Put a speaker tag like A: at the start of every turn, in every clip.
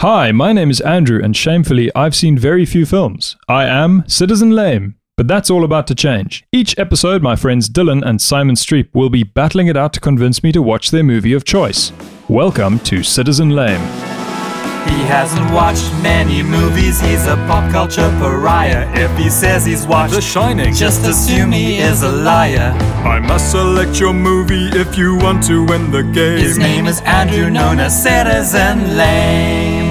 A: Hi, my name is Andrew, and shamefully, I've seen very few films. I am Citizen Lame, but that's all about to change. Each episode, my friends Dylan and Simon Streep will be battling it out to convince me to watch their movie of choice. Welcome to Citizen Lame.
B: He hasn't watched many movies, he's a pop culture pariah. If he says he's watched
C: The Shining.
B: just assume he is a liar.
C: I must select your movie if you want to win the
B: His
C: game.
B: name is Andrew, known as Citizen Lame.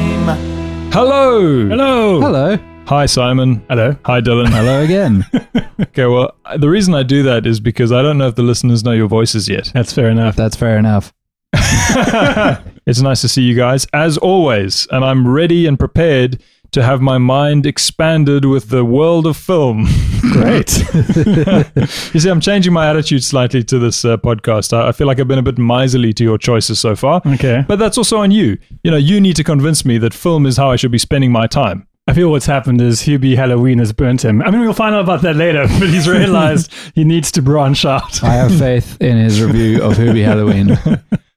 A: Hello! Hello!
D: Hello.
A: Hi, Simon. Hello. Hi, Dylan.
D: Hello again.
A: Okay, well, I- the reason I do that is because I don't know if the listeners know your voices yet.
E: That's fair enough.
D: That's fair enough.
A: It's nice to see you guys, as always, and I'm ready and prepared to have my mind expanded with the world of film.
E: Great.
A: You see, I'm changing my attitude slightly to this uh, podcast. I, I feel like I've been a bit miserly to your choices so far.
E: Okay.
A: But that's also on you. You know, you need to convince me that film is how I should be spending my time.
E: I feel what's happened is Hubie Halloween has burnt him. I mean, we'll find out about that later, but he's realized he needs to branch out.
D: I have faith in his review of Who Be Halloween.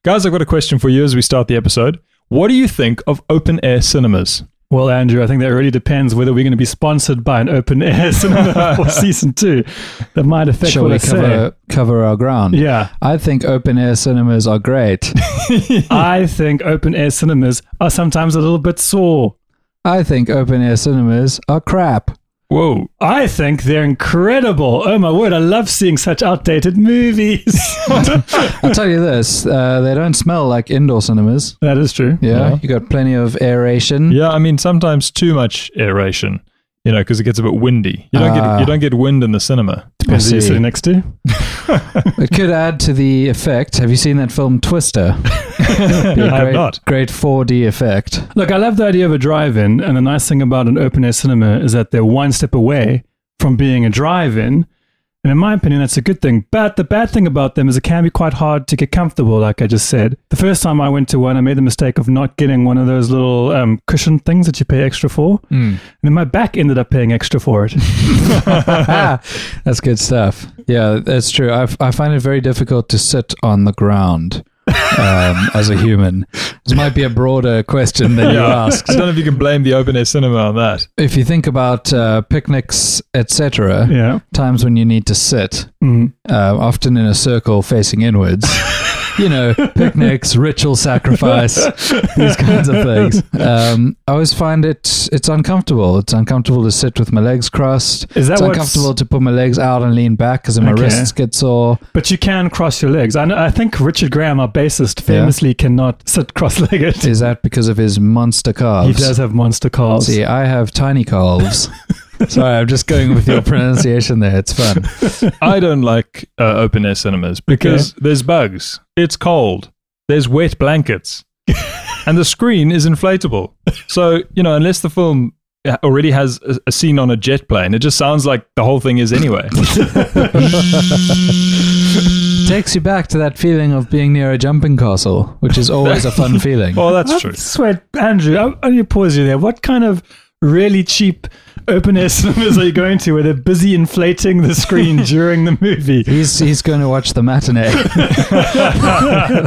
A: Guys, I've got a question for you as we start the episode. What do you think of open air cinemas?
E: Well, Andrew, I think that really depends whether we're going to be sponsored by an open air cinema for season two. That might affect
D: Shall
E: what I
D: we
E: say.
D: cover cover our ground?
E: Yeah.
D: I think open air cinemas are great.
E: I think open air cinemas are sometimes a little bit sore.
D: I think open air cinemas are crap.
A: Whoa.
E: I think they're incredible. Oh my word, I love seeing such outdated movies.
D: I'll tell you this: uh, they don't smell like indoor cinemas.
E: that is true.
D: Yeah, you got plenty of aeration.
A: Yeah, I mean, sometimes too much aeration, you know, because it gets a bit windy. You don't, get,
D: Ah.
A: you don't get wind in the cinema.
E: Depends who you're
D: see.
E: sitting next to.
D: It could add to the effect. Have you seen that film Twister? Be a
A: I have
D: great-
A: not.
D: Great 4D effect.
E: Look, I love the idea of a drive-in, and the nice thing about an open-air cinema is that they're one step away from being a drive-in. And in my opinion, that's a good thing. But the bad thing about them is it can be quite hard to get comfortable, like I just said. The first time I went to one, I made the mistake of not getting one of those little um, cushion things that you pay extra for. And then my back ended up paying extra for it.
D: That's good stuff. Yeah, that's true. I, I find it very difficult to sit on the ground um, as a human. This might be a broader question than you asked.
A: I don't know if you can blame the open air cinema on that.
D: If you think about uh, picnics, etc.,
E: yeah.
D: times when you need to sit,
E: Mm.
D: uh, often in a circle facing inwards. you know, picnics, ritual sacrifice, these kinds of things. Um, I always find it it's uncomfortable. It's uncomfortable to sit with my legs crossed.
E: Is that
D: it's
E: what's-
D: uncomfortable to put my legs out and lean back because my
E: Okay.
D: wrists get sore.
E: But you can cross your legs. I, know, I think Richard Graham, our bassist, famously cannot sit cross-legged.
D: Is that because of his monster calves?
E: He does have monster calves.
D: See, I have tiny calves. Sorry, I'm just going with your pronunciation there. It's fun.
A: I don't like uh, open air cinemas because there's bugs. It's cold. There's wet blankets. and the screen is inflatable. So, you know, unless the film uh, already has a, a scene on a jet plane, it just sounds like the whole thing is anyway.
D: Takes you back to that feeling of being near a jumping castle, which is always a fun feeling.
A: oh, that's
E: I
A: true.
E: swear, Andrew, I I need to pause you there. What kind of really cheap open air cinemas are you going to where they're busy inflating the screen during the movie?
D: He's he's going to watch the matinee.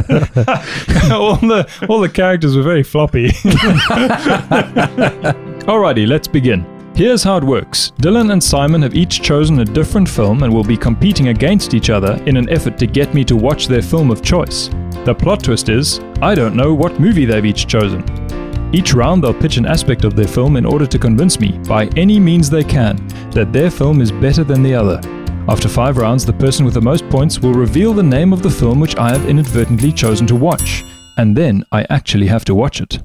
A: all the all the characters were very floppy. Alrighty, let's begin. Here's how it works. Dylan and Simon have each chosen a different film and will be competing against each other in an effort to get me to watch their film of choice. The plot twist is I don't know what movie they've each chosen. Each round, they'll pitch an aspect of their film in order to convince me, by any means they can, that their film is better than the other. After five rounds, the person with the most points will reveal the name of the film which I have inadvertently chosen to watch, and then I actually have to watch it.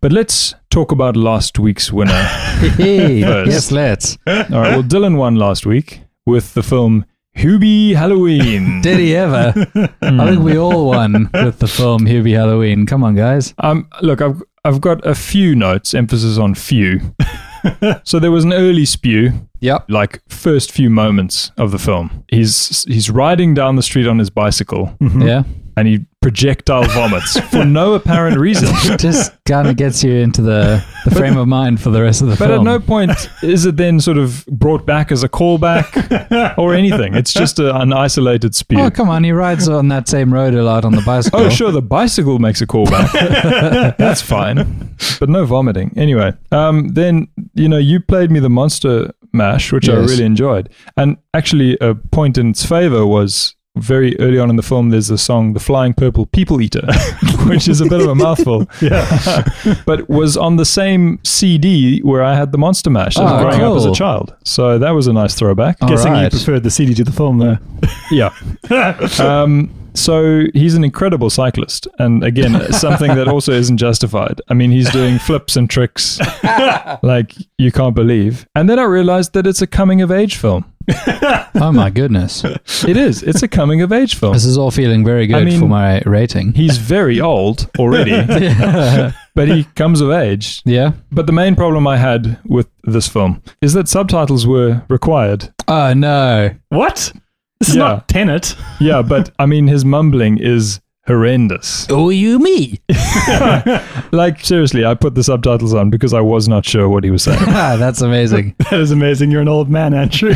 A: But let's talk about last week's winner.
D: Hey,
A: First.
D: yes, let's.
A: All right, well, Dylan won last week with the film Hubie Halloween.
D: Did he ever?
A: Hmm.
D: I think we all won with the film Hubie Halloween. Come on, guys.
A: Um, look, I've I've got a few notes, emphasis on few. so there was an early spew,
D: Yep.
A: like
D: Mm-hmm.
A: first few moments of the film. He's he's riding down the street on his bicycle,
D: Yeah.
A: and he projectile vomits for no apparent reason.
D: Just kind of gets you into the, the frame of mind for the rest of the
A: But at
D: film.
A: no point is it then sort of brought back as a callback or anything. It's just a, an isolated spew.
D: Oh, come on. He rides on that same road a lot on the bicycle.
A: Oh, sure, the bicycle makes a callback. That's fine. But no vomiting. Anyway, um, then, you know, you played me the Monster Mash, which I
D: Yes.
A: really enjoyed. And actually, a point in its favor was very early on in the film, there's the song The Flying Purple People Eater, which is a bit of a mouthful. yeah. but was on the same CD where I had the Monster Mash as
D: Oh,
A: growing up as a
D: cool.
A: child. So that was a nice throwback.
D: All
E: Guessing you
D: right.
E: preferred the CD to the film, though.
A: Yeah. um, so he's an incredible cyclist. And again, something that also isn't justified. I mean, he's doing flips and tricks like you can't believe. And then I realized that it's a coming of age film.
D: Oh, my goodness.
A: It is. It's a coming of age film.
D: This is all feeling very good
A: I mean-
D: for my rating.
A: He's very old already, but he comes of age.
D: yeah.
A: But the main problem I had with this film is that subtitles were required.
D: Oh, no.
E: What? This is
A: Yeah.
E: not Tenet.
A: Yeah, but I mean, his mumbling is horrendous.
D: Oh, you me.
A: Like, seriously, I put the subtitles on because I was not sure what he was saying.
D: Ah, that's amazing.
E: That is amazing. You're an old man, Andrew.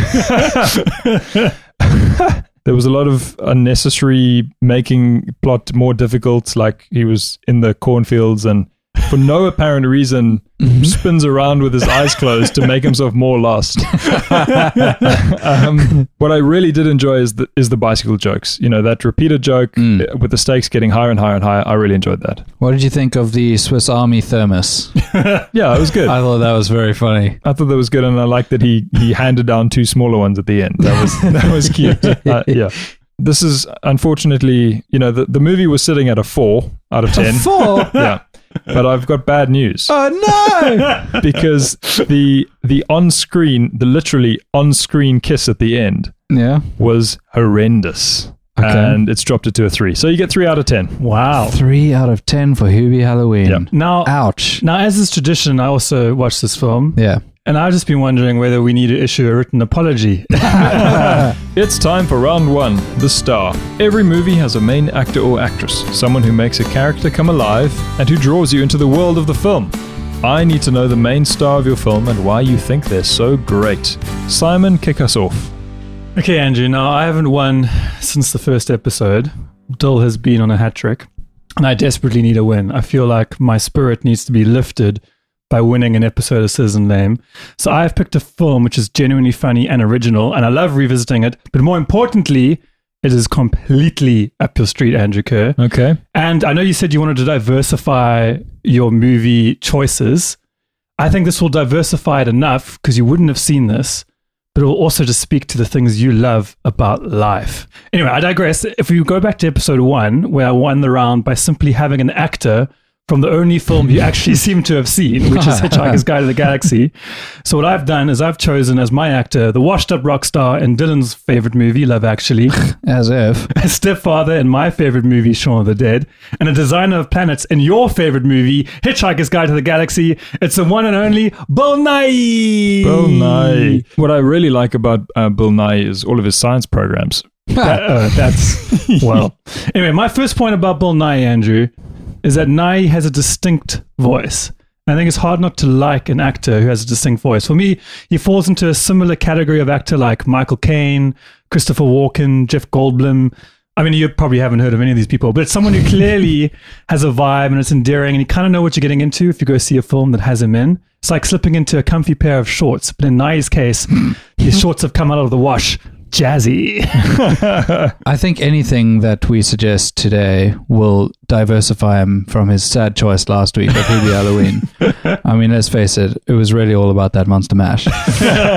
A: there was a lot of unnecessary making plot more difficult like he was in the cornfields and for no apparent reason spins around with his eyes closed to make himself more lost um, what i really did enjoy is the, is the bicycle jokes you know that repeated joke
D: Mm.
A: uh, with the stakes getting higher and higher and higher i really enjoyed that
D: What did you think of the Swiss Army thermos?
A: yeah it was good
D: I thought that was very funny.
A: I thought that was good, and I liked that he he handed down two smaller ones at the end. That was that was cute. Uh, yeah, this is unfortunately, you know, the, the movie was sitting at a four out of ten.
D: Four?
A: yeah, but I've got bad news
D: Oh, no.
A: because the the on screen, the literally on screen kiss at the end
D: yeah.
A: was horrendous,
D: Okay.
A: and it's dropped it to a three. So you get three out of ten.
E: wow.
D: Three out of ten for Hubie Halloween.
A: Yeah.
E: Now,
D: Ouch.
E: now, as is tradition, I also watched this film,
D: Yeah.
E: and I've just been wondering whether we need to issue a written apology.
A: It's time for round one The Star. Every movie has a main actor or actress, someone who makes a character come alive and who draws you into the world of the film. I need to know the main star of your film and why you think they're so great. Simon, kick us off.
E: okay, Andrew. Now, I haven't won since the first episode. Dill has been on a hat trick, and I desperately need a win. I feel like my spirit needs to be lifted by winning an episode of Citizen Lame. So I've picked a film which is genuinely funny and original, and I love revisiting it. But more importantly, it is completely up your street, Andrew Kerr.
A: Okay.
E: And I know you said you wanted to diversify your movie choices. I think this will diversify it enough because you wouldn't have seen this, but it will also just speak to the things you love about life. Anyway, I digress. If we go back to episode one, where I won the round by simply having an actor from the only film you actually seem to have seen, which is Hitchhiker's Guide to the Galaxy. So what I've done is I've chosen as my actor the washed-up rock star in Dylan's favorite movie, Love Actually
D: As if.
E: a stepfather in my favorite movie, Shaun of the Dead, and a designer of planets in your favorite movie, Hitchhiker's Guide to the Galaxy. It's the one and only Bill Nye.
A: Bill Nye. What I really like about uh, Bill Nye is all of his science programs.
E: That- uh, that's well. Anyway, my first point about Bill Nye, Andrew, is that Nye has a distinct voice. I think it's hard not to like an actor who has a distinct voice. For me, he falls into a similar category of actor like Michael Caine, Christopher Walken, Jeff Goldblum. I mean, you probably haven't heard of any of these people, but it's someone who clearly has a vibe and it's endearing, and you kind of know what you're getting into if you go see a film that has him in. It's like slipping into a comfy pair of shorts, but in Nye's case, his shorts have come out of the wash. Jazzy.
D: I think anything that we suggest today will diversify him from his sad choice last week of Hubie Halloween. I mean, let's face it, it was really all about that Monster Mash.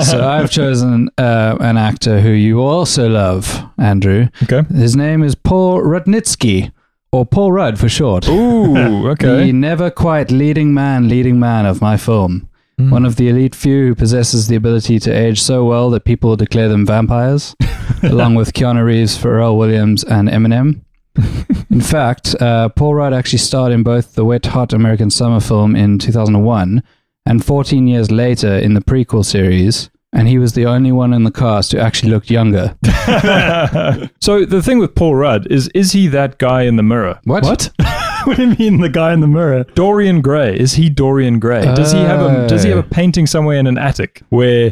D: so I've chosen uh, an actor who you also love, Andrew.
A: Okay.
D: His name is Paul Rudnitsky, or Paul Rudd for short.
A: Ooh,
D: The
A: okay.
D: never quite leading man, leading man of my film.
A: Hmm.
D: One of the elite few who possesses the ability to age so well that people declare them vampires, along with Keanu Reeves, Pharrell Williams, and Eminem. in fact, uh, Paul Rudd actually starred in both the Wet Hot American Summer film in 2001 and 14 years later in the prequel series and he was the only one in the cast who actually looked younger.
A: So the thing with Paul Rudd is is he that guy in the mirror?
D: What?
E: What? what do you mean the guy in the mirror?
A: Dorian Gray is he Dorian Gray? Does he have a does he have a
D: Oh.
A: painting somewhere in an attic where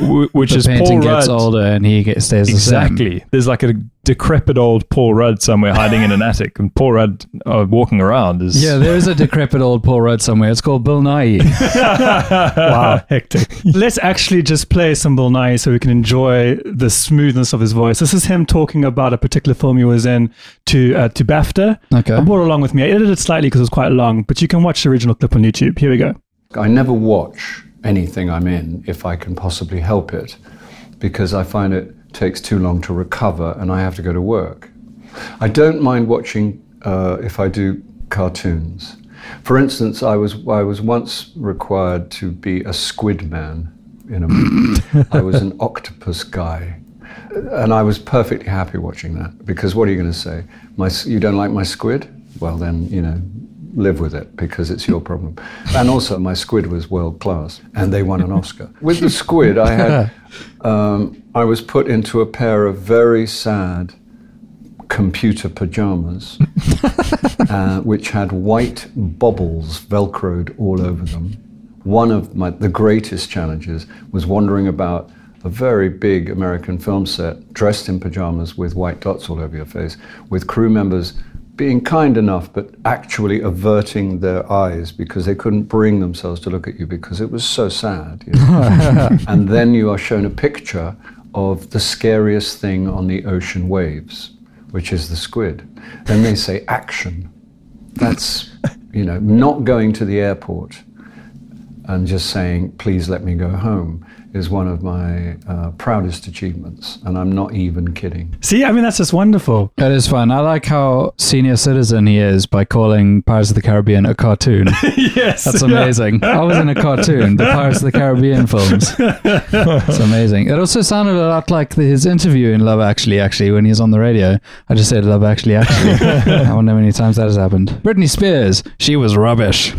A: w- which
D: The
A: is
D: painting
A: Paul
D: gets
A: Rudd
D: older and he gets, stays the
A: Exactly. There's like a decrepit old Paul Rudd somewhere hiding in an attic, and Paul Rudd uh, walking around is
D: same. Yeah, there is a decrepit old Paul Rudd somewhere. It's called Bill Nye.
E: Wow, hectic. Let's actually just play some Bill Nye so we can enjoy the smoothness of his voice. This is him talking about a particular film he was in to uh, to BAFTA.
D: Okay.
E: I brought it along with me. I edited it slightly because it was quite long, but you can watch the original clip on YouTube. Here we go.
F: I never watch anything I'm in if I can possibly help it because I find it takes too long to recover and I have to go to work. I don't mind watching uh, if I do cartoons. For instance, I was, I was once required to be a squid man in a I was an octopus guy. And I was perfectly happy watching that because what are you going to say? My, s- you don't like my squid? Well, then, you know, live with it because it's your problem. And also, my squid was world class and they won an Oscar. With the squid, I had, um, I was put into a pair of very sad computer pajamas, uh, which had white bobbles velcroed all over them. One of my, the greatest challenges was wandering about a very big American film set, dressed in pajamas with white dots all over your face, with crew members being kind enough but actually averting their eyes because they couldn't bring themselves to look at you because it was so sad. you know. and then you are shown a picture of the scariest thing on the ocean waves which is the squid. Then they say action. That's, you know, not going to the airport and just saying, please let me go home is one of my uh, proudest achievements. And I'm not even kidding.
E: See, I mean, that's just wonderful.
D: that is fun. I like how senior citizen he is by calling Pirates of the Caribbean a cartoon.
E: Yes.
D: That's amazing. I was in a cartoon, the Pirates of the Caribbean films. It's amazing. It also sounded a lot like the, his interview in Love Actually, actually, when he was on the radio. I just said Love Actually, actually. I wonder how many times that has happened. Britney Spears, she was rubbish.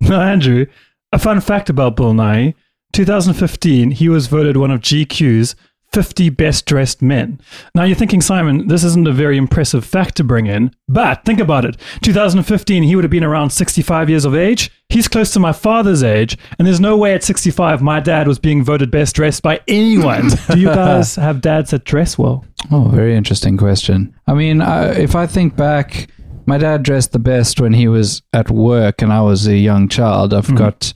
E: Now, Andrew, a fun fact about Bill Nye 2015, he was voted one of GQ's 50 best dressed men. Now, you're thinking, Simon, this isn't a very impressive fact to bring in, but think about it. 2015, he would have been around 65 years of age. He's close to my father's age, and there's no way at 65 my dad was being voted best dressed by anyone. Do you guys have dads that dress well?
D: Oh, very interesting question. I mean, I, if I think back, my dad dressed the best when he was at work and I was a young child. I've got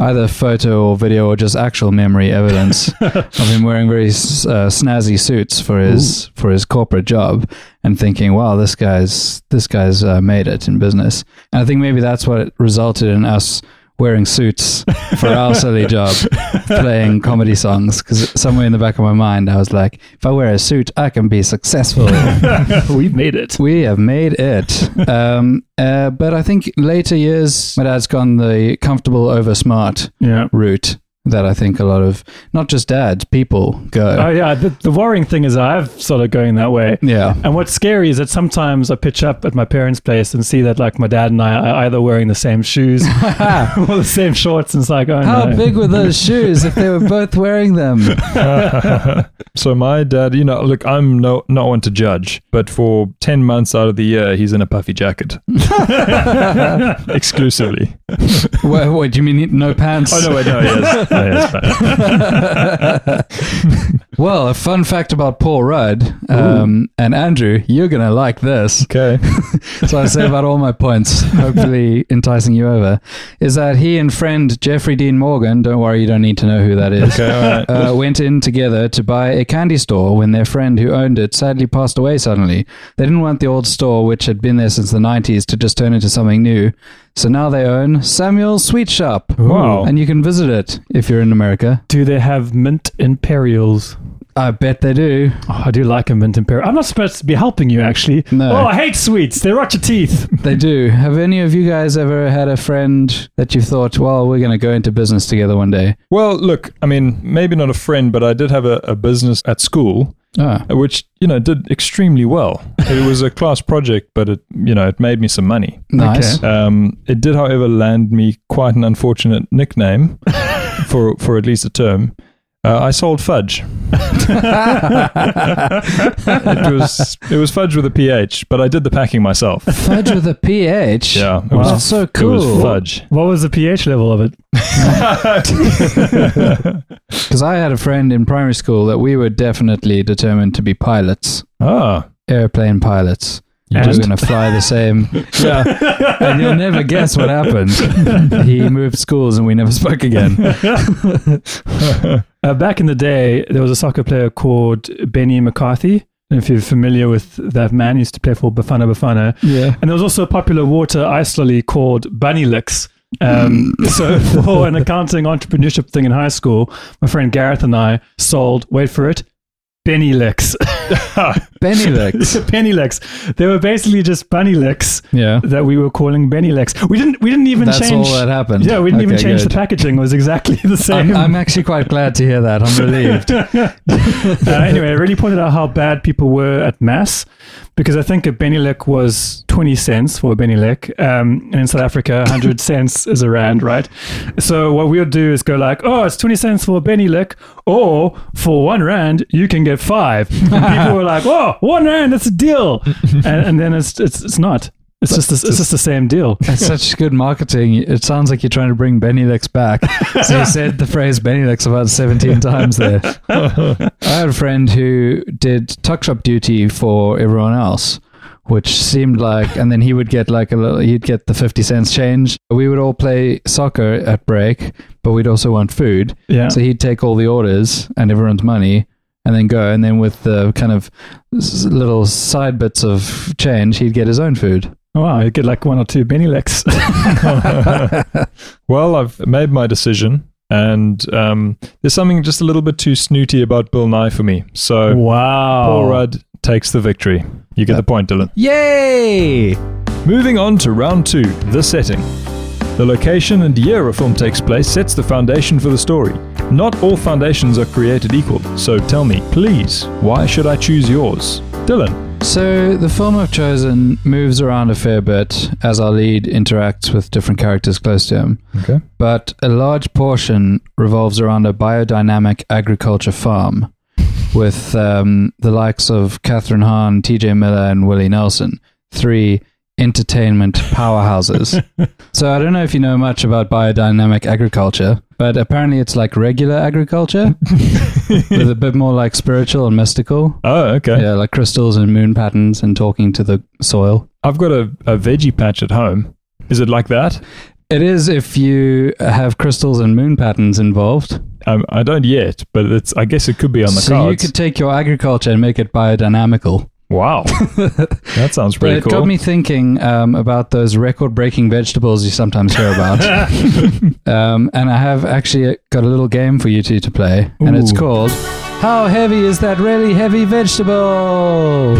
D: either photo or video or just actual memory evidence of him wearing very s- uh, snazzy suits for his for his corporate job and thinking, "Wow, this guy's this guy's uh, made it in business." And I think maybe that's what resulted in us wearing suits for our silly job playing comedy songs because somewhere in the back of my mind i was like if i wear a suit i can be successful
E: We've made it.
D: we have made it um, uh, but i think later years my dad's gone the comfortable over smart
E: Yeah.
D: route that i think a lot of not just dads people go
E: Oh, yeah. The, the worrying thing is I've started going that way.
A: Oh,
D: yeah
E: And what's scary is that sometimes I pitch up at my parents' place and see that like my dad and I are either wearing the same shoes or the same shorts, and it's like, oh
D: how
E: no.
D: big were those shoes if they were both wearing them
A: So my dad, you know, look, I'm no not one to judge, but for ten months out of the year, he's in a puffy jacket exclusively.
D: what, what do you mean no pants
A: Oh no, wait, no, yes, no, yes, but-
D: Well, a fun fact about Paul Rudd um, and Andrew, you're going to like this.
A: okay.
D: So I say about all my points, hopefully enticing you over, is that he and friend Jeffrey Dean Morgan, don't worry, you don't need to know who that is,
A: Okay, all right.
D: uh, went in together to buy a candy store when their friend who owned it sadly passed away suddenly. They didn't want the old store, which had been there since the 90s, to just turn into something new. So now they own Samuel's Sweet Shop.
A: Wow.
D: And you can visit it if you're in America.
E: Do they have mint imperials?
D: I bet they do.
E: Oh, I do like a mint imperial. I'm not supposed to be helping you actually.
D: No.
E: Oh, I hate sweets. They rot your teeth.
D: They do. Have any of you guys ever had a friend that you thought, well, we're going to go into business together one day?
A: Well, look, I mean, maybe not a friend, but I did have a, a business at school,
D: Ah,
A: uh, which you know did extremely well. It was a class project, but it you know it made me some money.
D: nice.
A: Um, it did, however, land me quite an unfortunate nickname for for at least a term. Uh, I sold fudge. it was it was fudge with a ph, but I did the packing myself.
D: Fudge with a pH.
A: Yeah, it
D: Wow.
A: was
D: That's so cool.
A: It was fudge.
E: What was the pH level of it?
D: Because I had a friend in primary school that we were definitely determined to be pilots,
A: Ah,
D: airplane pilots.
E: And?
D: We're going to fly the same. yeah. And you'll never guess what happened. he moved schools and we never spoke again.
E: Uh, back in the day, there was a soccer player called Benny McCarthy. If you're familiar with that man, he used to play for Bafana Bafana.
D: Yeah.
E: And there was also a popular water ice lolly called Bunny Licks. Um,
D: Hmm.
E: so for an accounting entrepreneurship thing in high school, my friend Gareth and I sold, wait for it, Benny Licks.
D: Benny Licks.
E: Penny Licks. They were basically just Bunny Licks
D: Yeah.
E: that we were calling Benny Licks. We didn't, we didn't even
D: That's
E: change.
D: all that happened.
E: Yeah, we didn't even
D: Okay,
E: change
D: good.
E: the packaging. It was exactly the same.
D: I'm, I'm actually quite glad to hear that. I'm relieved.
E: Uh, anyway, it really pointed out how bad people were at mass because I think a Benilek was 20 cents for a Benilek. Um, and in South Africa, 100 cents is a rand, right? So what we'll do is go like, oh, it's 20 cents for a Benilek, or for one rand, you can get five. And people were like, oh, one rand, that's a deal. And, and then it's, it's, it's not. It's just, it's just the same deal.
D: That's such good marketing. It sounds like you're trying to bring Benny Licks back. So you said the phrase Benny Licks about 17 times there. I had a friend who did tuck shop duty for everyone else, which seemed like, and then he would get like a little, he'd get the 50 cents change. We would all play soccer at break, but we'd also want food.
E: Yeah.
D: So he'd take all the orders and everyone's money and then go. And then with the kind of s- little side bits of change, he'd get his own food.
E: Oh, wow, you get like one or two Benileks.
A: Well, I've made my decision, and um, there's something just a little bit too snooty about Bill Nye for me. So
E: wow.
D: Oh.
A: Paul Rudd takes the victory. You get the point, Dylan.
D: Yay!
A: Moving on to round two the setting. The location and year a film takes place sets the foundation for the story. Not all foundations are created equal, so tell me, please, why should I choose yours? Dylan.
D: So the film I've chosen moves around a fair bit as our lead interacts with different characters close to him,
A: Okay.
D: but a large portion revolves around a biodynamic agriculture farm with um, the likes of Catherine Hahn, TJ Miller, and Willie Nelson, three entertainment powerhouses. so I don't know if you know much about biodynamic agriculture, but apparently it's like regular agriculture with a bit more like spiritual and mystical.
A: Oh, okay.
D: Yeah, like crystals and moon patterns and talking to the soil.
A: I've got a, a veggie patch at home. Is it like that?
D: It is if you have crystals and moon patterns involved.
A: Um, I don't yet, but it's. I guess it could be on the
D: so you
A: cards.
D: could take your agriculture and make it biodynamical.
A: Wow. that sounds
D: But
A: pretty
D: it
A: cool.
D: got me thinking um, about those record-breaking vegetables you sometimes hear about. um, and I have actually got a little game for you two to play, and it's
E: Ooh.
D: called "How heavy is that really heavy vegetable?"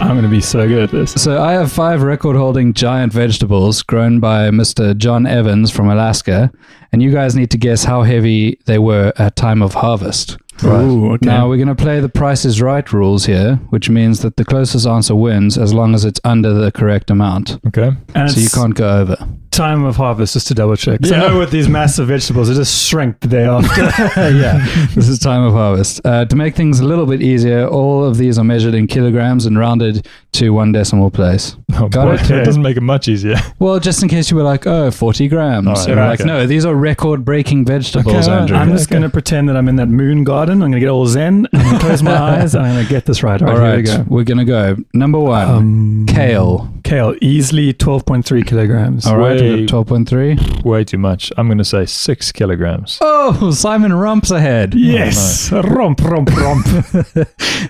E: I'm going to be so good at this.
D: So I have five record-holding giant vegetables grown by Mr. John Evans from Alaska, and you guys need to guess how heavy they were at time of harvest.
E: Ooh, okay.
D: Now we're going to play the Price is Right rules here, which means that the closest answer wins as long as it's under the correct amount.
A: okay.
E: and
D: So you
E: it's-
D: can't go over.
E: time of harvest, just to double check. So
A: Yeah.
E: I know with these massive vegetables, they just shrink the day after.
D: yeah, this is time of harvest. Uh, to make things a little bit easier, all of these are measured in kilograms and rounded to one decimal place.
A: Oh,
D: Got
A: boy,
D: it.
A: That doesn't make it much easier.
D: Well, just in case you were like, oh, 40 grams.
A: All right,
D: And we're like,
A: okay.
D: no, these are record-breaking vegetables,
A: all right.
D: Andrew.
E: I'm just going to pretend that I'm in that moon garden. I'm going to get all zen. I'm going to close my eyes. I'm going to get this right. All
D: All
E: right,
D: right,
E: here we go.
D: we're gonna go. Number one,
E: Um,
D: kale.
E: Kale, easily 12.3 kilograms.
D: All right,
A: way-
D: we've got twelve point three.
A: Way too much. I'm going to say six kilograms.
D: Oh, Simon Rump's ahead.
E: Yes. Romp, romp, romp.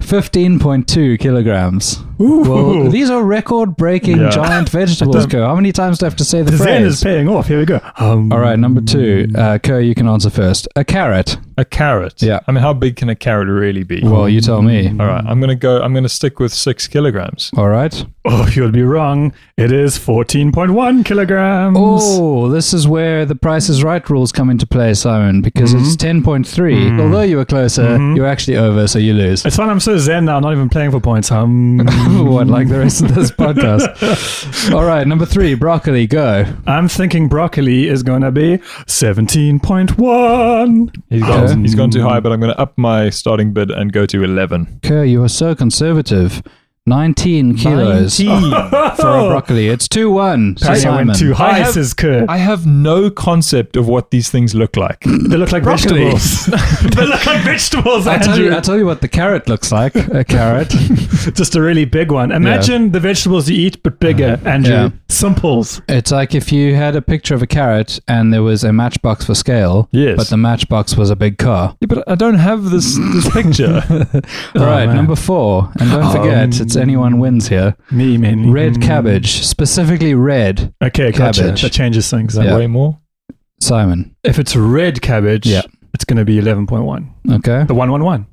D: Fifteen point two kilograms. Well, these are record-breaking
A: Yeah.
D: giant vegetables, Co. How many times do I have to say the
E: the zen
D: phrase?
E: is paying off. Here we go. Um,
D: All right, number two, uh, Co. You can answer first. A carrot.
A: A carrot.
D: Yeah.
A: I mean, how big can a carrot really be?
D: Well, you tell me.
A: All right. I'm going to go. I'm going to stick with six kilograms.
D: All right.
E: Oh, you'll be wrong. It is 14.1 kilograms.
D: Oh, this is where the Price is Right rules come into play, Simon, because it's
E: Mm-hmm.
D: ten point three.
E: Mm.
D: Although you were closer, you're actually over, so you lose.
E: It's fine. I'm so zen now. I'm not even playing for points. Um,
D: memorable one like the rest of this podcast. All right, number three, broccoli, go.
E: I'm thinking broccoli is going to be 17.1.
A: He's gone,
D: Okay.
A: he's gone too high, but I'm going to up my starting bid and go to 11.
D: Kerr, you are so conservative. 19 kilos for a broccoli. It's 2 1.
E: I went too high,
A: have-
E: says Kurt.
A: I have no concept of what these things look like.
E: They look like
A: Broccoli.
E: vegetables. they look like vegetables,
D: I tell,
E: Andrew.
D: you, I tell you what the carrot looks like. A carrot.
E: Just a really big one. Imagine the vegetables you eat, but bigger, Andrew.
D: Yeah.
E: Simples.
D: It's like if you had a picture of a carrot and there was a matchbox for scale,
A: Yes.
D: but the matchbox was a big car.
A: Yeah, but I don't have this, this picture.
D: All right,
E: Oh, man. Oh, mm.
D: number four. And don't forget, it's anyone wins here.
E: Me, man.
D: Red cabbage, specifically red.
E: Okay,
D: Cabbage.
E: gotcha. That changes things.
D: Yeah.
A: Way more.
D: Simon.
E: If it's red cabbage,
D: Yeah.
E: it's going to be 11.1.
D: Okay.
E: The 111.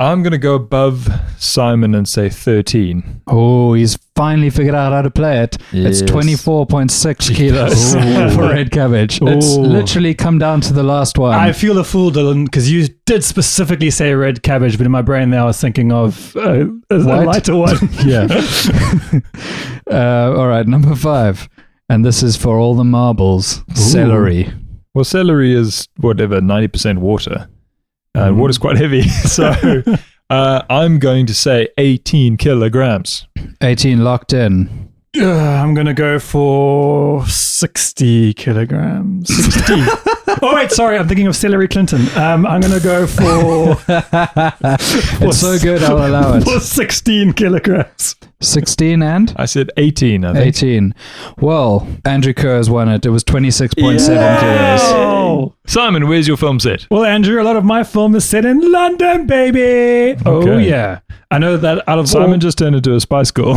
A: I'm going to go above Simon and say 13.
D: Oh, he's finally figured out how to play it.
A: Yes.
D: It's 24.6 kilos for red cabbage. It's
E: Ooh.
D: literally come down to the last one.
E: I feel a fool, Dylan, because you did specifically say red cabbage, but in my brain there I was thinking of uh, a
D: White?
E: lighter one.
D: yeah. uh, all right, number five. And this is for all the marbles. Celery.
A: Well, celery is whatever, 90% water. And water's quite heavy. so uh, I'm going to say 18 kilograms.
D: 18 locked in.
E: Ugh, Uh, I'm going to go for 60 kilograms. 60. oh, wait, sorry. I'm thinking of Celery Clinton. Um, I'm going to go for,
D: It's so good, I'll allow
E: for
D: it.
E: 16 kilograms.
D: 16 and?
A: I said 18, I think.
D: 18. Well, Andrew Kerr has won it. It was 26.7 kilos.
E: Oh.
A: Simon, where's your film set?
E: Well, Andrew, a lot of my film is set in London, baby. Oh,
A: Okay.
E: yeah. I know that out of all-
A: Simon just turned into a spice girl.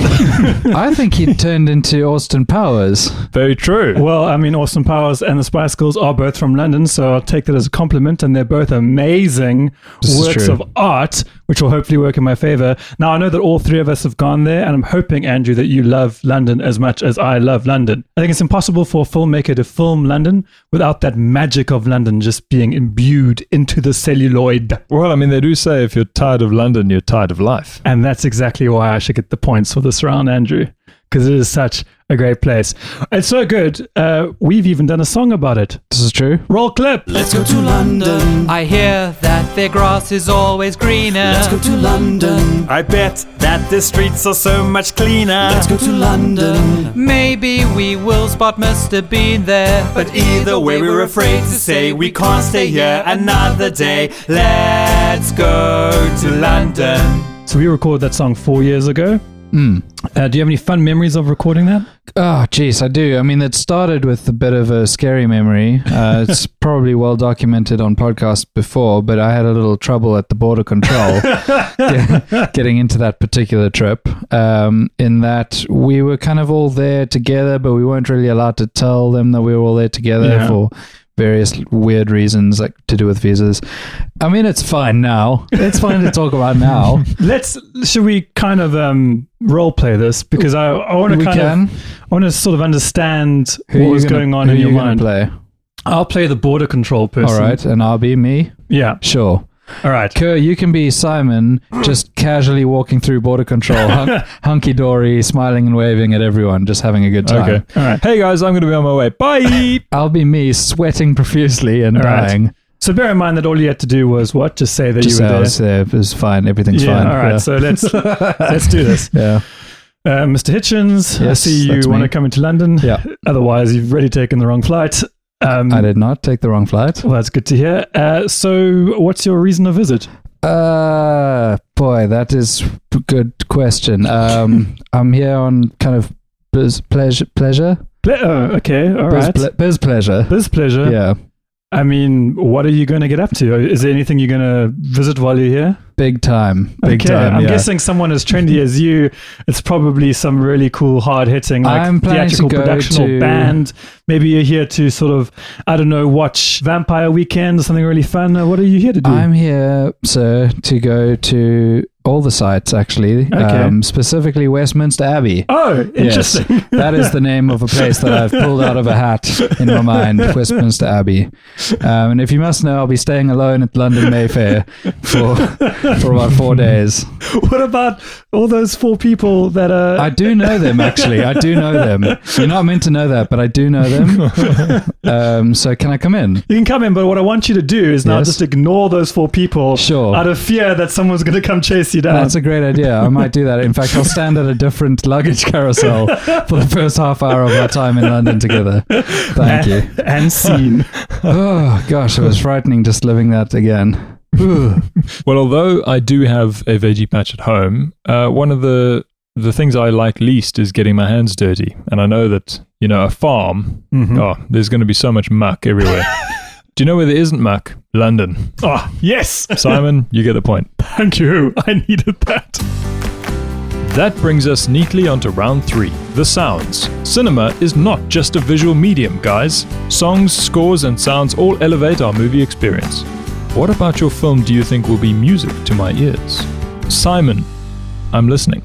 D: I think he turned into Austin Powers.
A: Very true.
E: Well, I mean, Austin Powers and the Spice Girls are both from London, so I'll take that as a compliment. And they're both amazing
D: This is
E: works
D: true.
E: of art, which will hopefully work in my favor. Now, I know that all three of us have gone there, and I'm hoping, Andrew, that you love London as much as I love London. I think it's impossible for a filmmaker to film London without that magic of London just being imbued into the celluloid.
A: Well, I mean, they do say if you're tired of London, you're tired of life.
E: And that's exactly why I should get the points for this round, Andrew, because it is such a great place. It's so good. Uh, we've even done a song about it.
D: This is true.
E: Roll clip.
B: Let's go to London. I hear that their grass is always greener. Let's go to London.
C: I bet that the streets are so much cleaner.
B: Let's go to London. Maybe we will spot Mr. Bean there. But either way, we're afraid to say we can't stay here another day. Let's go to London.
E: So we recorded that song four years ago.
D: Hmm.
E: Uh, do you have any fun memories of recording that?
D: Oh, jeez, I do. I mean, it started with a bit of a scary memory. Uh, it's probably well documented on podcast before, but I had a little trouble at the border control get- getting into that particular trip. Um, in that we were kind of all there together, but we weren't really allowed to tell them that we were all there together
E: Yeah.
D: for various weird reasons, like to do with visas. I mean, it's fine now. It's fine to talk about now.
E: Let's. Should we kind of um, role play this because I, I want
D: We
E: to kind
D: can.
E: of I want to sort of understand
D: Who
E: what
D: are
E: was
D: you gonna-
E: going on
D: who
E: in
D: are
E: your
D: you gonna
E: mind.
D: Play?
E: I'll play the border control person.
D: All right, and I'll be me.
E: Yeah.
D: Sure.
E: All right.
D: Kerr, you can be Simon, just casually walking through border control, hun- hunky dory, smiling and waving at everyone, just having a good time.
A: Okay.
E: All right.
A: Hey, guys, I'm going to be on my way. Bye.
D: I'll be me, sweating profusely and
E: All right.
D: dying.
E: So bear in mind that all you had to do was what? Just say that
D: Just
E: you
D: say,
E: were
D: "I
E: there.
D: was there. It was fine. Everything's
E: yeah.
D: fine.
E: All right.
D: Yeah.
E: So let's let's do this.
D: yeah.
E: Uh, Mr. Hitchens, I
D: Yes,
E: see
D: that's
E: you want
D: me.
E: to come into London.
D: Yeah.
E: Otherwise, you've already taken the wrong flight. Um,
D: I did not take the wrong flight.
E: Well, that's good to hear. Uh, so, what's your reason of visit?
D: Uh, boy, that is a good question. Um, I'm here on kind of biz pleasure. pleasure?
E: Ple- oh, okay, all
D: Biz,
E: right.
D: ple- biz pleasure.
E: This pleasure.
D: yeah.
E: I mean, what are you going to get up to? Is there anything you're going to visit while you're here?
D: Big time. Big
E: okay,
D: time.
E: I'm
D: yeah.
E: guessing someone as trendy as you, it's probably some really cool, hard hitting, like
D: I'm planning to
E: theatrical
D: go
E: production
D: to-
E: or band. Maybe you're here to sort of, I don't know, watch Vampire Weekend or something really fun. Uh, What are you here to do?
D: I'm here, sir, to go to all the sites, actually, um, specifically Westminster Abbey.
E: oh,
D: Yes,
E: interesting.
D: that is the name of a place that I've pulled out of a hat in my mind, Westminster Abbey. Um, and if you must know, I'll be staying alone at London Mayfair for for about four days.
E: what about all those four people that are?
D: I do know them, actually. I do know them. You're not meant to know that, but I do know them. Um, so can I come in?
E: you can come in, but what I want you to do is now
D: Yes.
E: just ignore those four people
D: Sure.
E: out of fear that someone's going to come chase you down.
D: That's a great idea. I might do that. In fact, I'll stand at a different luggage carousel for the first half hour of our time in London together. Thank you.
E: and scene.
D: Oh, gosh, it was frightening just living that again. Ooh.
A: Well, although I do have a veggie patch at home, uh, one of the the things I like least is getting my hands dirty, and I know that you know a farm. Oh, there's going to be so much muck everywhere. do you know where there isn't muck? London.
E: oh, yes.
A: Simon, you get the point.
E: Thank you. I needed that.
A: That brings us neatly onto round three the sounds. Cinema is not just a visual medium, guys. Songs, scores, and sounds all elevate our movie experience. What about your film do you think will be music to my ears? Simon, I'm listening.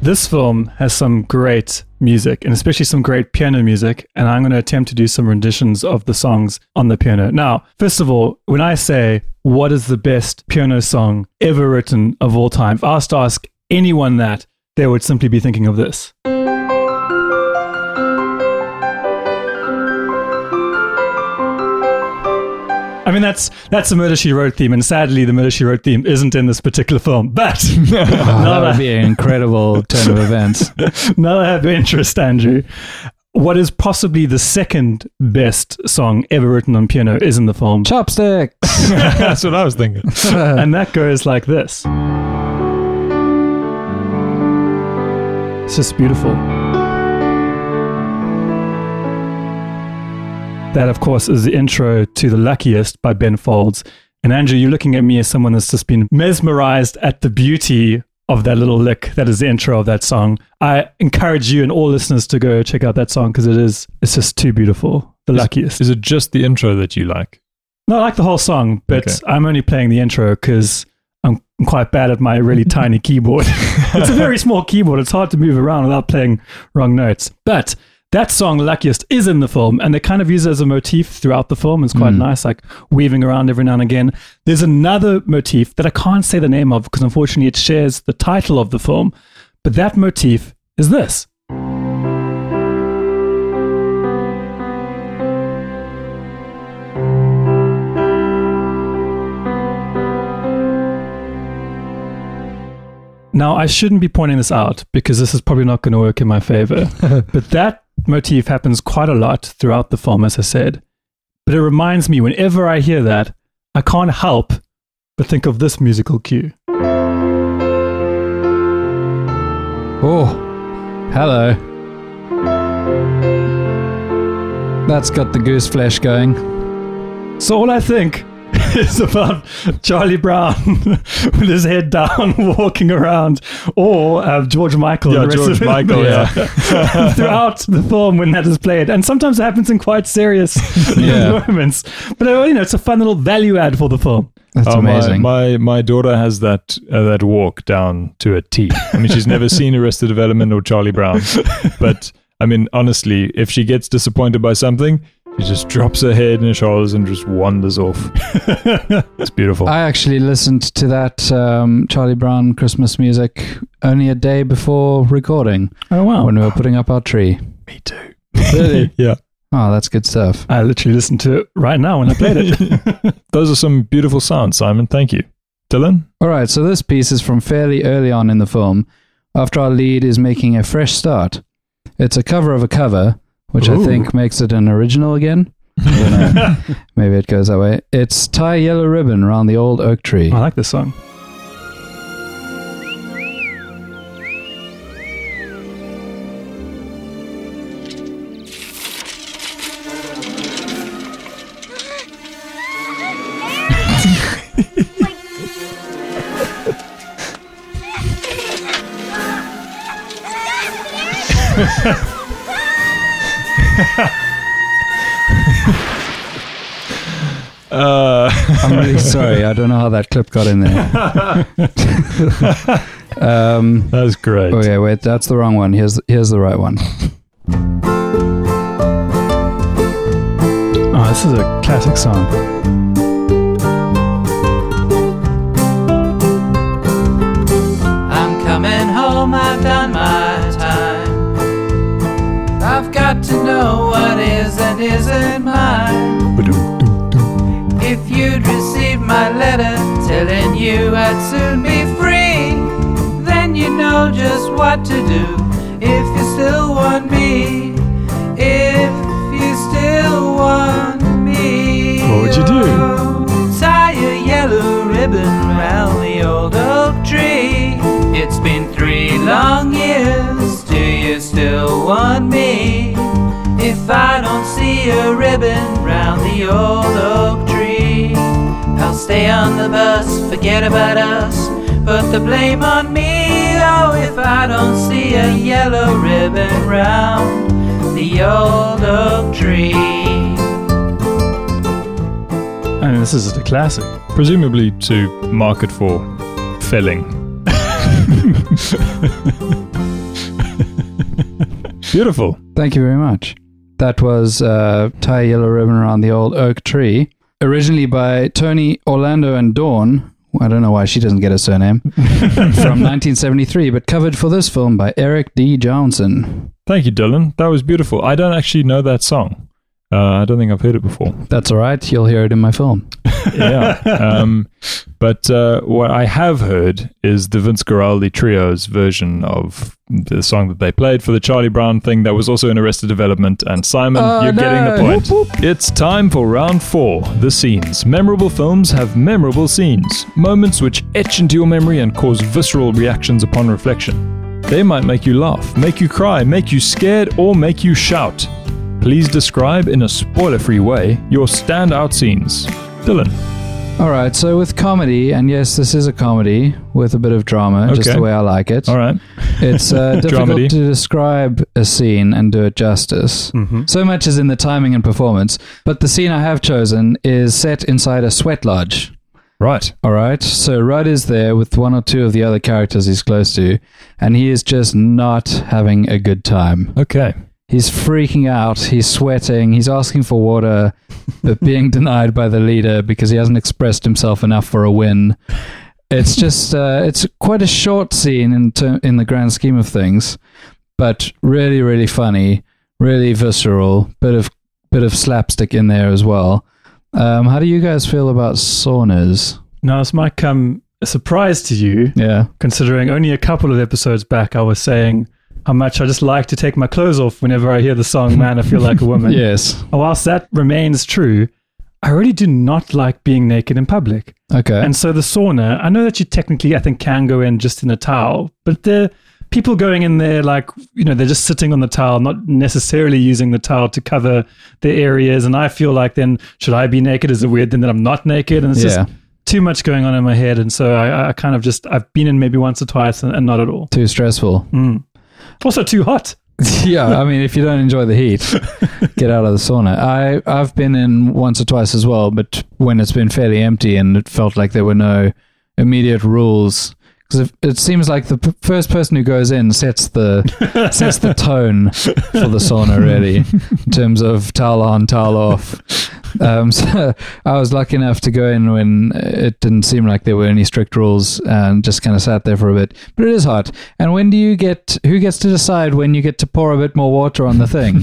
E: This film has some great music and especially some great piano music. And I'm going to attempt to do some renditions of the songs on the piano. Now, first of all, when I say what is the best piano song ever written of all time, if I was to ask anyone that, they would simply be thinking of this. I mean that's that's a Murder She Wrote theme, and sadly the Murder She Wrote theme isn't in this particular film. But
D: Oh, that would be an incredible turn of events.
E: now that I have interest, Andrew. What is possibly the second best song ever written on piano is in the film.
D: Chopsticks!
A: That's what I was thinking.
E: And that goes like this. It's just beautiful. That, of course, is the intro to The Luckiest by Ben Folds. And Andrew, you're looking at me as someone that's just been mesmerized at the beauty of that little lick that is the intro of that song. I encourage you and all listeners to go check out that song because it is, it's just too beautiful. The Luckiest.
A: Is it just the intro that you like?
E: No, I like the whole song, but
A: Okay.
E: I'm only playing the intro because I'm quite bad at my really tiny keyboard. it's a very small keyboard. It's hard to move around without playing wrong notes. But that song, Luckiest, is in the film, and they kind of use it as a motif throughout the film. It's quite nice, like weaving around every now and again. There's another motif that I can't say the name of because unfortunately it shares the title of the film, but that motif is this. Now, I shouldn't be pointing this out because this is probably not going to work in my favor, but that motif happens quite a lot throughout the film, as I said. But it reminds me, whenever I hear that, I can't help but think of this musical cue.
D: Oh, hello. That's got the goose flesh going.
E: So all I think is about Charlie Brown with his head down, walking around, or uh, George Michael. and the rest of it. throughout the film when that is played, and sometimes it happens in quite serious
D: Yeah.
E: moments. But uh, you know, it's a fun little value add for the film.
D: That's
A: Oh, my-
D: amazing.
A: My, my daughter has that uh, that walk down to a T. I mean, she's never seen Arrested Development or Charlie Brown, but I mean, honestly, if she gets disappointed by something, she just drops her head in her shoulders and just wanders off. it's beautiful.
D: I actually listened to that um, Charlie Brown Christmas music only a day before recording
E: Oh wow!
D: when we were putting up our tree.
A: me too.
D: Really?
A: Yeah,
D: Oh, that's good stuff.
E: I literally listened to it right now when I played it.
A: those are some beautiful sounds, Simon. Thank you, Dylan.
D: All right, so this piece is from fairly early on in the film, after our lead is making a fresh start. It's a cover of a cover, which I think makes it an original again. I don't know. Maybe it goes that way. It's Tie Yellow Ribbon Round the Old Oak Tree.
E: I like this song.
D: I'm really sorry. I don't know how that clip got in there. um,
A: That was great.
D: okay, wait. That's the wrong one. Here's here's the right one.
E: Oh, this is a classic song.
B: know what is and isn't mine. If you'd received my letter telling you I'd soon be free, then you know just what to do if you still want me. If you still want me.
A: What would you do?
B: Oh, Tie a yellow ribbon round the old oak tree. It's been three long years. Do you still want me? If I don't see a ribbon round the old oak tree, I'll stay on the bus, forget about us, put the blame on me. Oh, if I don't see a yellow ribbon round the old oak tree.
E: I mean, this is a classic.
A: Presumably to market for felling. Beautiful.
D: Thank you very much. That was uh, Tie a Yellow Ribbon Around the Old Oak Tree, originally by Tony Orlando and Dawn. I don't know why she doesn't get a surname. from 1973, but covered for this film by Eric D. Johnson.
A: Thank you, Dylan. That was beautiful. I don't actually know that song. Uh, I don't think I've heard it before.
D: That's all right. You'll hear it in my film.
A: yeah. Um, but uh, what I have heard is the Vince Guaraldi Trio's version of the song that they played for the Charlie Brown thing that was also in Arrested Development. And Simon,
D: Oh,
A: you're getting the
D: no.
A: point. It's time for round four the scenes. Memorable films have memorable scenes, moments which etch into your memory and cause visceral reactions upon reflection. They might make you laugh, make you cry, make you scared, or make you shout. Please describe in a spoiler free way your standout scenes. Dylan.
D: All right. So, with comedy, and yes, this is a comedy with a bit of drama, just
A: Okay.
D: the way I like it.
A: All right.
D: It's uh, difficult
A: Dramedy.
D: to describe a scene and do it justice. So much is in the timing and performance. But the scene I have chosen is set inside a sweat lodge.
A: Right.
D: All right. So Rudd is there with one or two of the other characters he's close to, and he is just not having a good time.
A: Okay.
D: He's freaking out. He's sweating. He's asking for water, but being denied by the leader because he hasn't expressed himself enough for a win. It's just, uh, it's quite a short scene in ter- in the grand scheme of things, but really, really funny, really visceral. Bit of bit of slapstick in there as well. Um, how do you guys feel about saunas?
E: Now, this might come a surprise to you,
D: Yeah.
E: considering only a couple of episodes back I was saying how much I just like to take my clothes off whenever I hear the song Man, I Feel Like a Woman.
D: Yes.
E: And Whilst that remains true, I really do not like being naked in public.
D: Okay.
E: And so the sauna, I know that you technically, I think, can go in just in a towel, but the people going in there, like, you know, they're just sitting on the towel, not necessarily using the towel to cover their areas. And I feel like then, should I be naked? Is it weird then that I'm not naked? And it's
D: yeah.
E: just too much going on in my head. And so I, I kind of just, I've been in maybe once or twice and, and not at all.
D: Too stressful.
E: Also, too hot.
D: yeah, I mean, if you don't enjoy the heat, get out of the sauna. I I've been in once or twice as well, but when it's been fairly empty and it felt like there were no immediate rules, because it seems like the p- first person who goes in sets the sets the tone for the sauna, really, in terms of towel on, towel off. Um, so I was lucky enough to go in when it didn't seem like there were any strict rules, and just kind of sat there for a bit. But it is hot. And when do you get? Who gets to decide when you get to pour a bit more water on the thing?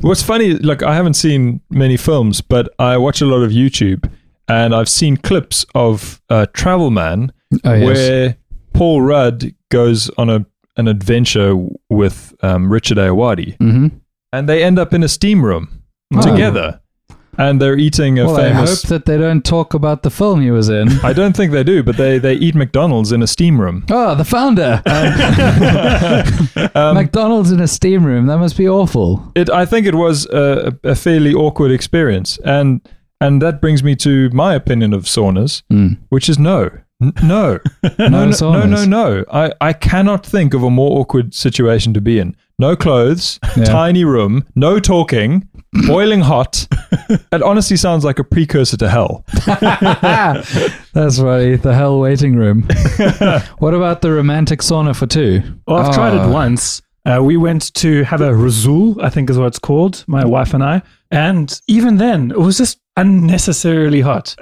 A: What's funny, like I haven't seen many films, but I watch a lot of YouTube, and I've seen clips of uh, Travel Man,
D: Oh, yes.
A: where Paul Rudd goes on a an adventure with um, Richard Ayoade,
D: hmm
A: and they end up in a steam room
D: Oh.
A: together, and they're eating a
D: Well, I hope
A: famous.
D: that they don't talk about the film he was in.
A: I don't think they do, but they, they eat McDonald's in a steam room.
D: Oh, the founder.
A: Um,
D: McDonald's in a steam room. That must be awful.
A: it I think it was a, a fairly awkward experience, and and that brings me to my opinion of saunas, which is no, N- no, no, no, no,
D: Hmm. saunas.
A: no, no. I I cannot think of a more awkward situation to be in. No clothes,
D: Yeah.
A: tiny room, no talking, boiling hot. It honestly sounds like a precursor to hell.
D: That's right. The hell waiting room. what about the romantic sauna for two?
E: Well, Oh, I've tried it
D: Ah.
E: once Uh, we went to have a rizul, I think is what it's called, my wife and I. And even then, it was just unnecessarily hot.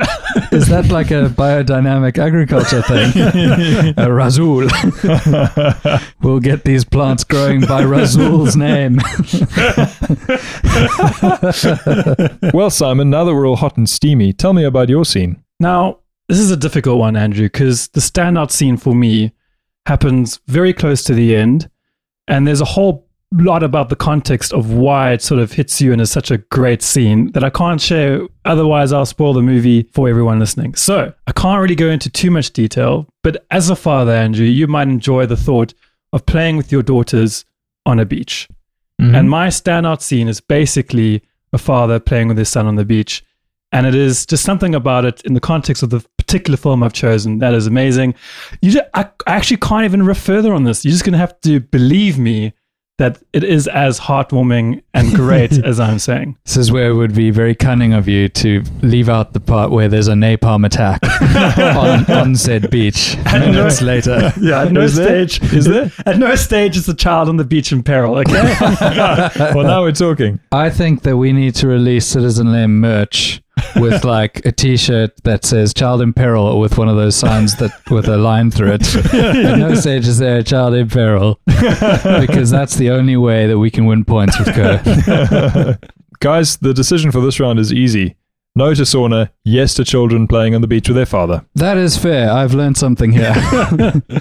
D: Is that like a biodynamic agriculture thing? a razul. we'll get these plants growing by Razul's name.
A: Well, Simon, now that we're all hot and steamy, tell me about your scene.
E: Now, this is a difficult one, Andrew, because the standout scene for me happens very close to the end. And there's a whole lot about the context of why it sort of hits you and is such a great scene that I can't share. Otherwise, I'll spoil the movie for everyone listening. So I can't really go into too much detail. But as a father, Andrew, you might enjoy the thought of playing with your daughters on a beach. And my standout scene is basically a father playing with his son on the beach. And it is just something about it in the context of the particular film I've chosen that is amazing. You ju- I, I actually can't even riff further on this. You're just going to have to believe me that it is as heartwarming and great as I'm saying.
D: This is where it would be very cunning of you to leave out the part where there's a napalm attack on, on said beach minutes later.
E: Yeah, at no
A: Is there?
E: stage is there? At no stage is the child on the beach in peril. Okay,
A: Well, now we're talking.
D: I think that we need to release Citizen Lamb merch with like a T-shirt that says "Child in Peril" or with one of those signs that with a line through it. At no stage is there a child in peril because that's the only way that we can win points with Kerr.
A: Guys, the decision for this round is easy. No to sauna, yes to children playing on the beach with their father.
D: That is fair. I've learned something here.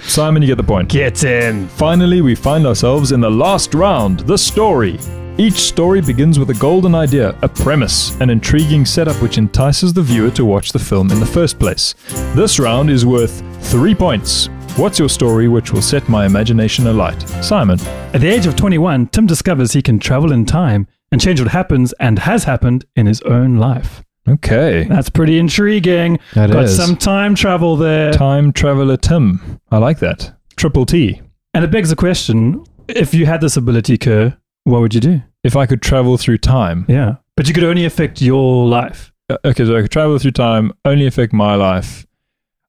A: Simon, you get the point.
E: get in.
A: Finally, we find ourselves in the last round the story. Each story begins with a golden idea, a premise, an intriguing setup which entices the viewer to watch the film in the first place. This round is worth three points. What's your story which will set my imagination alight? Simon.
E: At the age of 21, Tim discovers he can travel in time and change what happens and has happened in his own life.
A: Okay.
E: That's pretty intriguing.
D: That
E: Got
D: is.
E: some time travel there.
A: Time Traveler Tim. I like that. Triple T.
E: And it begs the question if you had this ability, Kerr, what would you do?
A: If I could travel through time.
E: Yeah. But you could only affect your life.
A: Uh, Okay, so I could travel through time, only affect my life.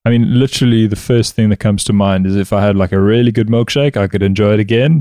A: I mean, literally, the first thing that comes to mind is if I had like a really good milkshake, I could enjoy it again.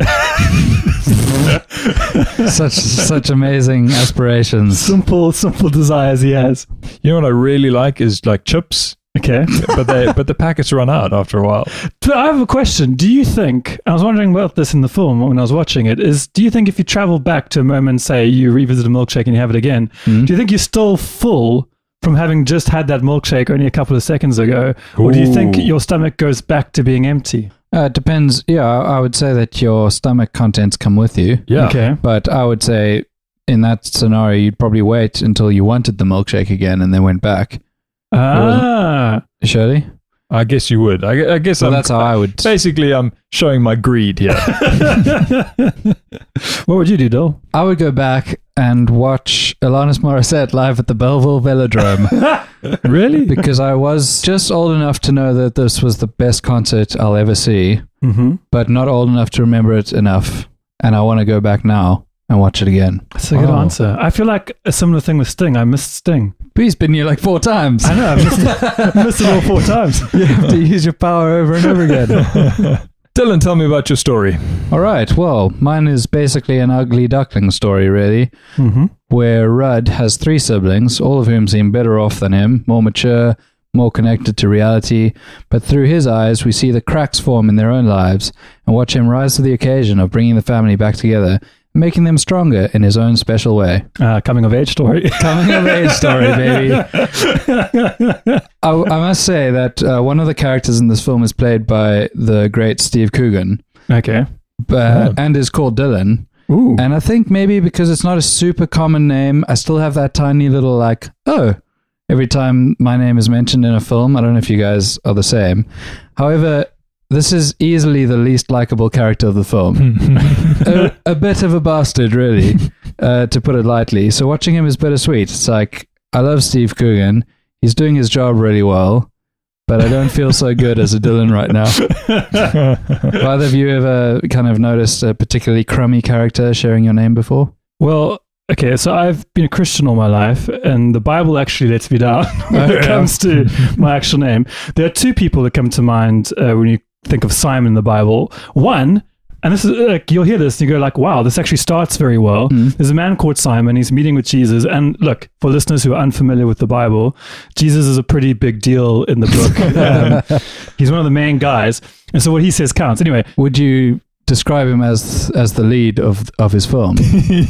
D: such such amazing aspirations.
E: Simple, simple desires he has.
A: you know what I really like is like chips,
E: Okay.
A: but they but the packets run out after a while.
E: So I have a question. Do you think, I was wondering about this in the film when I was watching it, is do you think if you travel back to a moment, say you revisit a milkshake and you have it again, do you think you're still full from having just had that milkshake only a couple of seconds ago? Or do you think
A: Ooh.
E: your stomach goes back to being empty?
D: Uh, it depends. Yeah, I I would say that your stomach contents come with you.
A: Yeah.
E: Okay.
D: But I would say in that scenario, you'd probably wait until you wanted the milkshake again and then went back.
E: Ah.
D: Surely?
A: I guess you would. I, gue- I guess
D: So
A: I'm,
D: that's how I would.
A: basically I'm showing my greed here.
E: What would you do, Dol?
D: I would go back and watch Alanis Morissette live at the Belleville Velodrome
E: Really?
D: because I was just old enough to know that this was the best concert I'll ever see,
E: Mm-hmm.
D: but not old enough to remember it enough. And I want to go back now and watch it again.
E: That's a good
D: Wow.
E: answer. I feel like a similar thing with Sting. I missed Sting.
D: But he's been here like four times.
E: I know. I missed, I missed it all four times.
D: you have to use your power over and over again.
A: Dylan, tell me about your story.
D: All right. Well, mine is basically an ugly duckling story, really,
E: Mm-hmm.
D: where Rudd has three siblings, all of whom seem better off than him, more mature, more connected to reality. But through his eyes, we see the cracks form in their own lives and watch him rise to the occasion of bringing the family back together, making them stronger in his own special way.
E: Uh, coming of age story.
D: Coming of age story, baby. I, I must say that uh, one of the characters in this film is played by the great Steve Coogan,
E: okay.
D: but, and is called Dylan.
E: Ooh.
D: And I think maybe because it's not a super common name, I still have that tiny little like, oh, every time my name is mentioned in a film. I don't know if you guys are the same. However, this is easily the least likable character of the film. a, a bit of a bastard, really, uh, to put it lightly. So watching him is bittersweet. It's like, I love Steve Coogan. He's doing his job really well, but I don't feel so good as a Dylan right now. Have either of you ever kind of noticed a particularly crummy character sharing your name before?
E: Well, okay. So I've been a Christian all my life, and the Bible actually lets me down when it comes to my actual name. There are two people that come to mind uh, when you think of Simon in the Bible. One, And this is like you'll hear this and you go like, wow, this actually starts very well. There's a man called Simon. He's meeting with Jesus. And look, for listeners who are unfamiliar with the Bible, Jesus is a pretty big deal in the book. um, he's one of the main guys, and so what he says counts. Anyway,
D: Would you describe him as as the lead of of his film?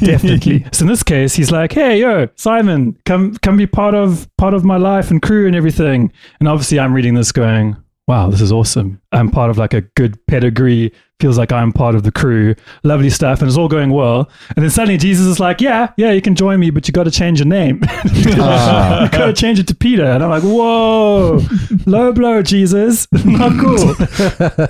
E: definitely. so in this case, he's like, "Hey, yo, Simon, come come be part of part of my life and crew and everything." And obviously, I'm reading this going, "Wow, this is awesome! I'm part of like a good pedigree. Feels like I'm part of the crew. Lovely stuff." And it's all going well. And then suddenly, Jesus is like, "Yeah, yeah, you can join me, but you got to change your name. you got to change it to Peter." And I'm like, "Whoa, low blow, Jesus! Not cool."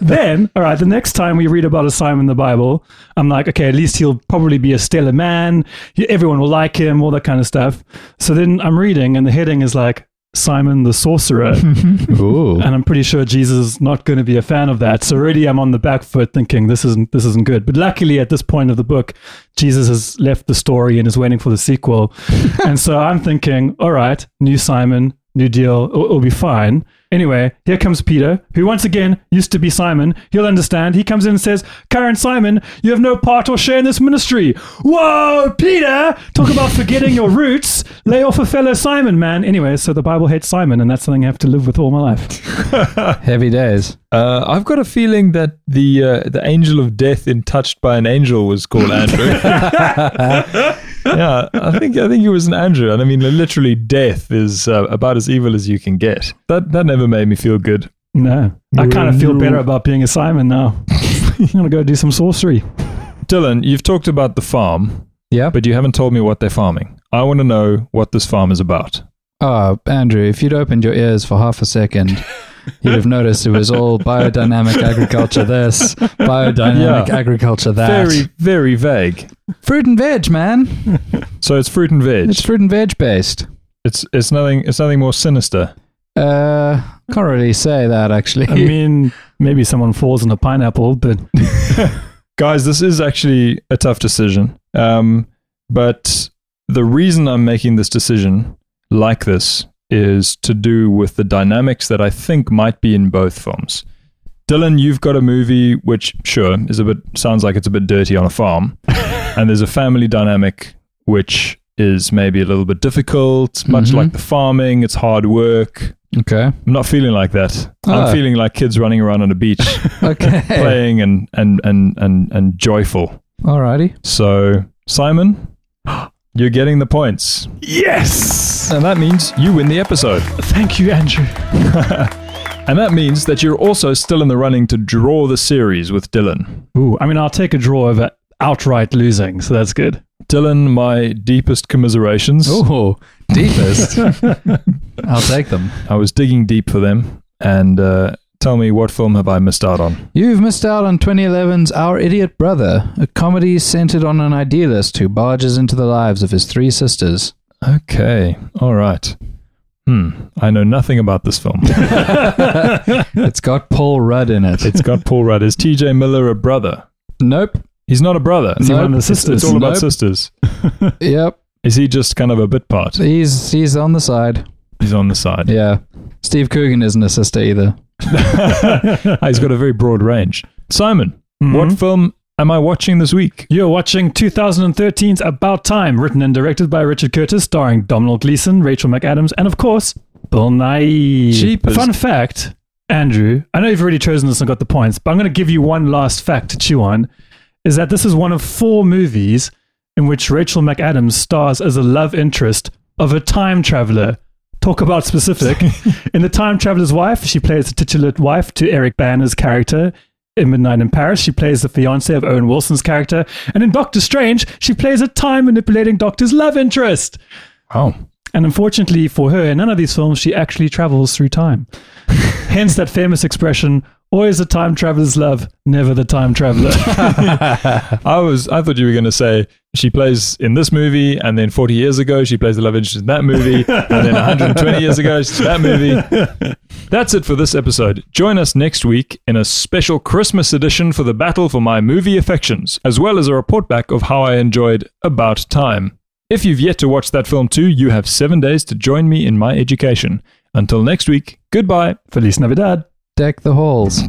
E: then, all right, the next time we read about a Simon in the Bible, I'm like, okay, at least he'll probably be a stellar man. He- Everyone will like him, all that kind of stuff. So then I'm reading, and the heading is like, Simon the sorcerer. and
D: Ooh.
E: I'm pretty sure Jesus is not going to be a fan of that. So already I'm on the back foot thinking this isn't this isn't good. But luckily at this point of the book, Jesus has left the story and is waiting for the sequel. and so I'm thinking, all right, new Simon, new deal, it'll, it'll be fine. Anyway, here comes Peter, who once again used to be Simon. He'll understand. He comes in and says, Current Simon, you have no part or share in this ministry. Whoa, Peter! Talk about forgetting your roots. Lay off a fellow Simon, man. Anyway, so the Bible hates Simon, and that's something I have to live with all my life.
D: Heavy days.
A: Uh, I've got a feeling that the uh, the angel of death in Touched by an Angel was called Andrew. yeah, I think I think he was an Andrew, and I mean literally death is uh, about as evil as you can get. That that never made me feel good.
E: No. I kind of feel better about being a Simon now. I'm going to go do some sorcery.
A: Dylan, you've talked about the farm,
D: Yeah.
A: but you haven't told me what they're farming. I want to know what this farm is about.
D: Oh, Andrew, if you'd opened your ears for half a second, you'd have noticed it was all biodynamic agriculture this, biodynamic
A: Yeah.
D: agriculture that.
A: Very very vague.
D: Fruit and veg, man.
A: So it's fruit and veg.
D: It's
A: It's
D: fruit and veg based.
A: it's, nothing it's nothing more sinister.
D: Uh, can't really say that actually.
E: I mean, maybe someone falls in a pineapple, but
A: guys, this is actually a tough decision. Um, but the reason I'm making this decision like this is to do with the dynamics that I think might be in both films. Dylan, you've got a movie which, sure, is a bit sounds like it's a bit dirty on a farm, and there's a family dynamic which is maybe a little bit difficult, much
D: Mhm.
A: like the farming. It's hard work.
D: okay.
A: I'm not feeling like that.
D: Ah.
A: I'm feeling like kids running around on a beach,
D: Okay.
A: playing and and and and and joyful.
D: Alrighty.
A: So, Simon, you're getting the points. Yes! And that means you win the episode.
E: thank you, Andrew.
A: And that means that you're also still in the running to draw the series with Dylan.
E: Ooh, I mean, I'll take a draw over outright losing, so that's good.
A: Dylan, my deepest commiserations.
D: Oh, deepest. I'll take them.
A: I was digging deep for them. And uh, tell me, what film have I missed out on?
D: You've missed out on 2011's Our Idiot Brother, a comedy centered on an idealist who barges into the lives of his three sisters.
A: Okay, all right. Hmm, I know nothing about this film.
D: It's got Paul Rudd in it.
A: it's got Paul Rudd. Is TJ Miller a brother?
D: nope.
A: He's not a brother.
E: Is he
D: Nope.
E: one of the
D: It's-
E: sisters?
A: It's all about
D: Nope.
A: sisters.
D: Yep.
A: Is he just kind of a bit part?
D: He's he's on the side.
A: He's on the side.
D: Yeah. Steve Coogan isn't a sister either.
A: Ah, He's got a very broad range. Simon, what film am I watching this week?
E: You're watching 2013's About Time, written and directed by Richard Curtis, starring Domhnall Gleeson, Rachel McAdams, and of course, Bill Nye.
A: Jeepers.
E: Fun fact, Andrew, I know you've already chosen this and got the points, but I'm going to give you one last fact to chew on, is that this is one of four movies in which Rachel McAdams stars as a love interest of a time traveler. Talk about specific. in The Time Traveler's Wife, she plays the titular wife to Eric Banner's character. In Midnight in Paris, she plays the fiance of Owen Wilson's character. And in Doctor Strange, she plays a time manipulating doctor's love interest.
A: Oh,
E: And unfortunately for her, in none of these films, she actually travels through time. Hence that famous expression always the time traveler's love, never the time traveler.
A: I was. I thought you were going to say she plays in this movie, and then 40 years ago she plays the love interest in that movie, and then 120 years ago she's in that movie. That's it for this episode. Join us next week in a special Christmas edition for the battle for my movie affections, as well as a report back of how I enjoyed About Time. If you've yet to watch that film too, you have seven days to join me in my education. Until next week, goodbye.
E: Feliz Navidad.
D: Deck the halls.